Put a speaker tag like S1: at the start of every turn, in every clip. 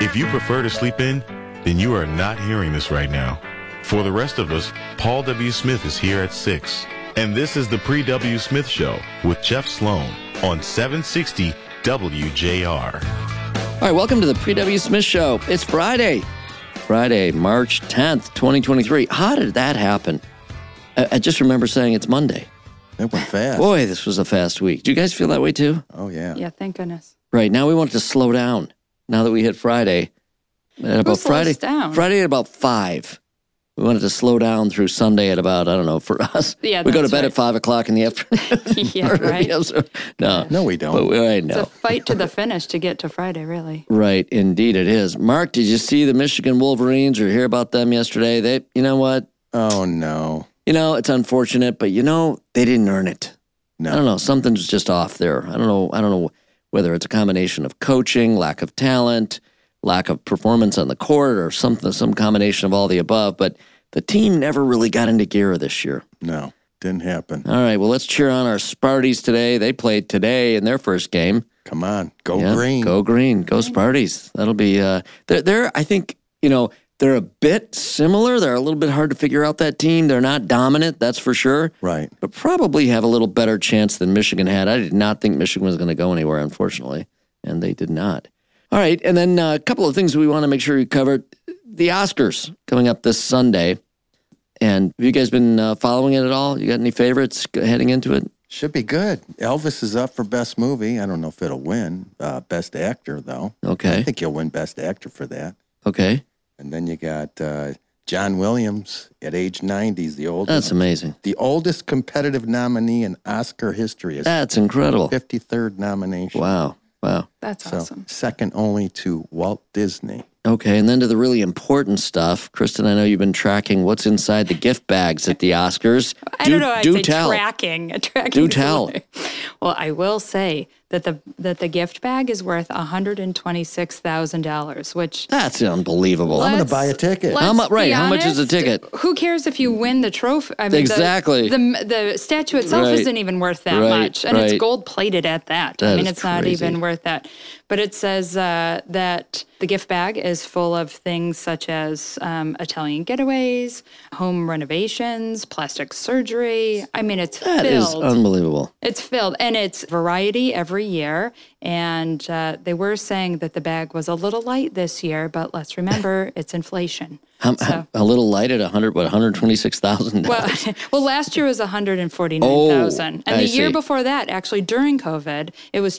S1: If you prefer to sleep in, then you are not hearing this right now. For the rest of us, Paul W. Smith is here at 6. And this is the Pre W. Smith Show with Jeff Sloan on 760 WJR.
S2: All right, welcome to the Pre W. Smith Show. It's Friday, Friday, March 10th, 2023. How did that happen? I, I just remember saying it's Monday.
S3: It went fast.
S2: Boy, this was a fast week. Do you guys feel that way too?
S3: Oh yeah.
S4: Yeah, thank goodness.
S2: Right now, we wanted to slow down. Now that we hit Friday, at about
S4: slows
S2: Friday,
S4: down?
S2: Friday at about five, we wanted to slow down through Sunday at about I don't know for us.
S4: Yeah,
S2: we go to
S4: that's
S2: bed
S4: right.
S2: at five o'clock in the afternoon.
S4: Yeah, right.
S2: Yes, sir. no,
S3: No, we
S2: but
S3: don't.
S2: we, I
S4: It's
S2: know.
S4: a fight to the finish to get to Friday, really.
S2: Right, indeed it is. Mark, did you see the Michigan Wolverines or hear about them yesterday? They, you know what?
S3: Oh no.
S2: You know it's unfortunate, but you know they didn't earn it. I don't
S3: No.
S2: know. Something's just off there. I don't know. I don't know whether it's a combination of coaching, lack of talent, lack of performance on the court, or something, some combination of all the above. But the team never really got into gear this year.
S3: No. Didn't happen.
S2: All right. Well, let's cheer on our Sparties today. They played today in their first game.
S3: Come on. Go
S2: Yeah,
S3: green.
S2: Go green. Go Sparties. That'll be. Uh, they're, they're. I think you know they're a bit similar. They're a little bit hard to figure out that team. They're not dominant. That's for sure
S3: Right.
S2: but probably have a little better chance than Michigan had. I did not think Michigan was going to go anywhere, unfortunately, and they did not. All right, and then uh, a couple of things we want to make sure you cover: the Oscars coming up this Sunday. And have you guys been uh, following it at all? You got any favorites g- heading into it?
S3: Should be good. Elvis is up for best movie. I don't know if it'll win. Uh, best actor though. I
S2: Okay,
S3: think he'll win best actor for that.
S2: okay,
S3: And then you got uh, John Williams at age 90. He's the oldest.
S2: that's amazing.
S3: the oldest competitive nominee in Oscar history. Is
S2: That's incredible.
S3: 53rd nomination.
S2: Uh, Wow, wow.
S4: That's
S3: So
S4: awesome.
S3: second only to Walt Disney.
S2: Okay, and then to the really important stuff, Kristen. I know you've been tracking what's inside the gift bags at the Oscars.
S4: I
S2: Do-
S4: don't know. I'd
S2: do
S4: say
S2: tell.
S4: tracking. tracking
S2: Do
S4: is
S2: tell.
S4: another- Well, I will say that the that the gift bag is worth one hundred and twenty six thousand dollars, which
S2: That's unbelievable.
S3: I'm going
S4: Let's-
S3: to buy a ticket.
S4: let's
S2: How mu- right,
S4: be
S2: how much is the
S4: honest,
S2: ticket?
S4: Who cares if you win the trophy? I mean, the-
S2: Exactly.
S4: The, the statue itself
S2: Right.
S4: isn't even worth that
S2: Right,
S4: much, and it's
S2: right.
S4: gold plated at that.
S2: That
S4: I mean,
S2: is
S4: it's not
S2: crazy.
S4: even worth that. But it says uh, that the gift bag is full of things such as um, Italian getaways, home renovations, plastic surgery. I mean, it's
S2: That is
S4: filled.
S2: unbelievable.
S4: It's filled and it's variety every year. And uh, they were saying that the bag was a little light this year, but let's remember it's inflation.
S2: How, how- a little light at 100, what, 126,000?
S4: Well, well, last year was 149,000.
S2: Oh,
S4: and the
S2: I
S4: year
S2: see.
S4: before that, actually during COVID, it was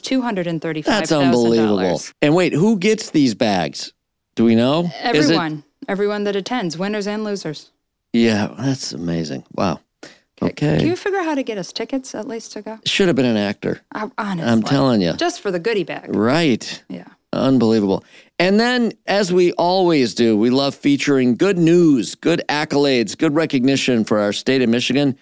S4: $235,000.
S2: That's unbelievable. And wait, who gets these bags? Do we know? Is it-
S4: Everyone, everyone that attends, winners and losers.
S2: yeah, that's amazing. Wow.
S4: Can you
S2: Okay.
S4: figure out how to get us tickets at least to go?
S2: Should have been an actor.
S4: Uh, Honestly.
S2: I'm telling you.
S4: Just for the goodie bag.
S2: Right.
S4: Yeah.
S2: Unbelievable. And then, as we always do, we love featuring good news, good accolades, good recognition for our state of Michigan.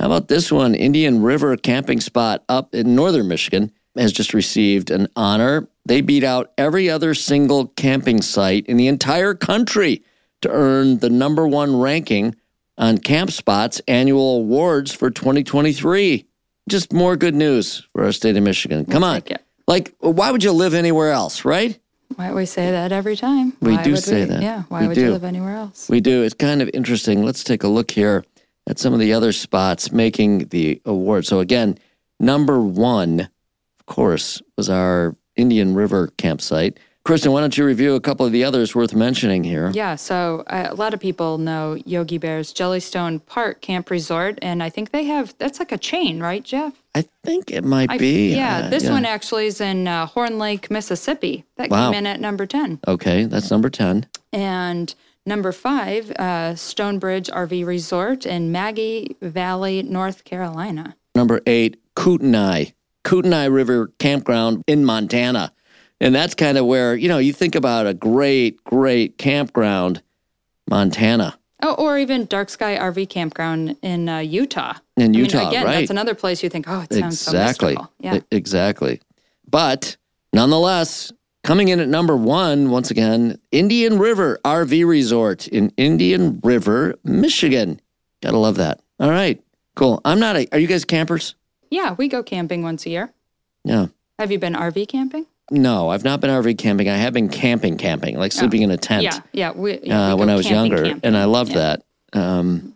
S2: How about this one? Indian River Camping Spot up in northern Michigan has just received an honor. They beat out every other single camping site in the entire country to earn the number one ranking on CampSpot's annual awards for 2023. Just more good news for our state of Michigan. Come on.
S4: take it.
S2: Like, why would you live anywhere else, right?
S4: Why we say that every time?
S2: We
S4: Why
S2: do
S4: would
S2: say
S4: we?
S2: that.
S4: Yeah. Why
S2: We
S4: would
S2: do.
S4: you live anywhere else?
S2: We do. It's kind of interesting. Let's take a look here at some of the other spots making the award. So, again, number one, of course, was our Indian River campsite. Kristen, why don't you review a couple of the others worth mentioning here?
S4: Yeah, so uh, a lot of people know Yogi Bear's Jellystone Park Camp Resort, and I think they have that's like a chain, right, Jeff?
S2: I think it might
S4: I,
S2: be.
S4: yeah,
S2: uh,
S4: this one actually is in uh, Horn Lake, Mississippi. That
S2: Wow.
S4: came in at number ten,
S2: Okay, that's number 10.
S4: and number five, uh, Stonebridge RV Resort in Maggie Valley, North Carolina.
S2: Number eight, Kootenai, Kootenai River Campground in Montana. And that's kind of where, you know, you think about a great, great campground, Montana.
S4: Oh, or even Dark Sky RV Campground in uh, Utah.
S2: In
S4: I mean,
S2: Utah,
S4: again,
S2: right.
S4: That's another place you think, oh, it sounds
S2: exactly.
S4: so mystical. Yeah.
S2: E- Exactly. But nonetheless, coming in at number one, once again, Indian River RV Resort in Indian River, Michigan. Gotta love that. All right. Cool. I'm not a, are you guys campers?
S4: yeah, we go camping once a year.
S2: Yeah.
S4: Have you been RV camping?
S2: No, I've not been RV camping. I have been camping, camping, like sleeping in a tent
S4: Oh. Yeah, yeah. We, yeah, we
S2: uh,
S4: go
S2: when I was
S4: camping,
S2: younger,
S4: camping.
S2: and I loved
S4: Yeah.
S2: that. Um,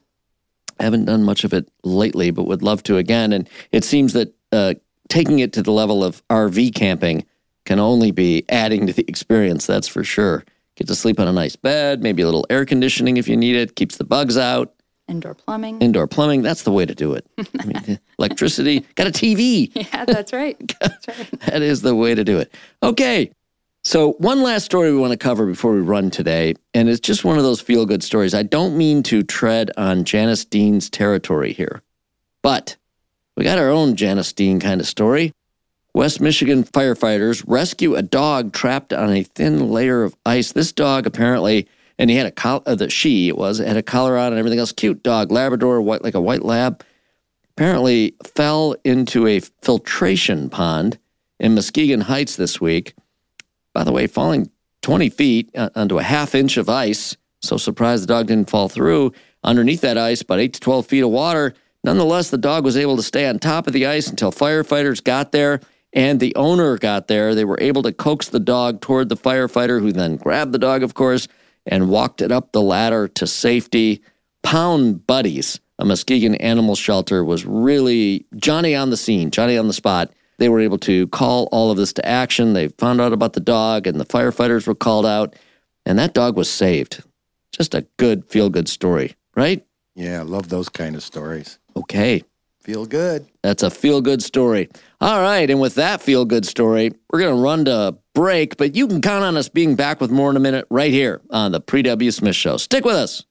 S2: I haven't done much of it lately, but would love to again. And it seems that uh, taking it to the level of RV camping can only be adding to the experience. That's for sure. Get to sleep on a nice bed, maybe a little air conditioning if you need it. Keeps the bugs out.
S4: Indoor plumbing.
S2: Indoor plumbing. That's the way to do it. I mean, electricity. Got a TV.
S4: yeah, that's right. That's right.
S2: That is the way to do it. Okay. So, one last story we want to cover before we run today. And it's just one of those feel good stories. I don't mean to tread on Janice Dean's territory here, but we got our own Janice Dean kind of story. West Michigan firefighters rescue a dog trapped on a thin layer of ice. This dog apparently, and he had a collar, uh, the she it was, had a collar on and everything else. Cute dog, Labrador, white like a white lab apparently fell into a filtration pond in Muskegon Heights this week. By the way, falling 20 feet uh, onto a half inch of ice. So surprised the dog didn't fall through. Underneath that ice, about 8 to 12 feet of water. Nonetheless, the dog was able to stay on top of the ice until firefighters got there and the owner got there. They were able to coax the dog toward the firefighter, who then grabbed the dog, of course, and walked it up the ladder to safety. Pound Buddies, a Muskegon animal shelter, was really Johnny on the scene, Johnny on the spot. They were able to call all of this to action. They found out about the dog, and the firefighters were called out, and that dog was saved. Just a good feel good story, right?
S3: Yeah, I love those kind of stories.
S2: Okay.
S3: Feel good.
S2: That's a feel good story. All right. And with that feel good story, we're going to run to break, but you can count on us being back with more in a minute right here on the Pre W. Smith Show. Stick with us.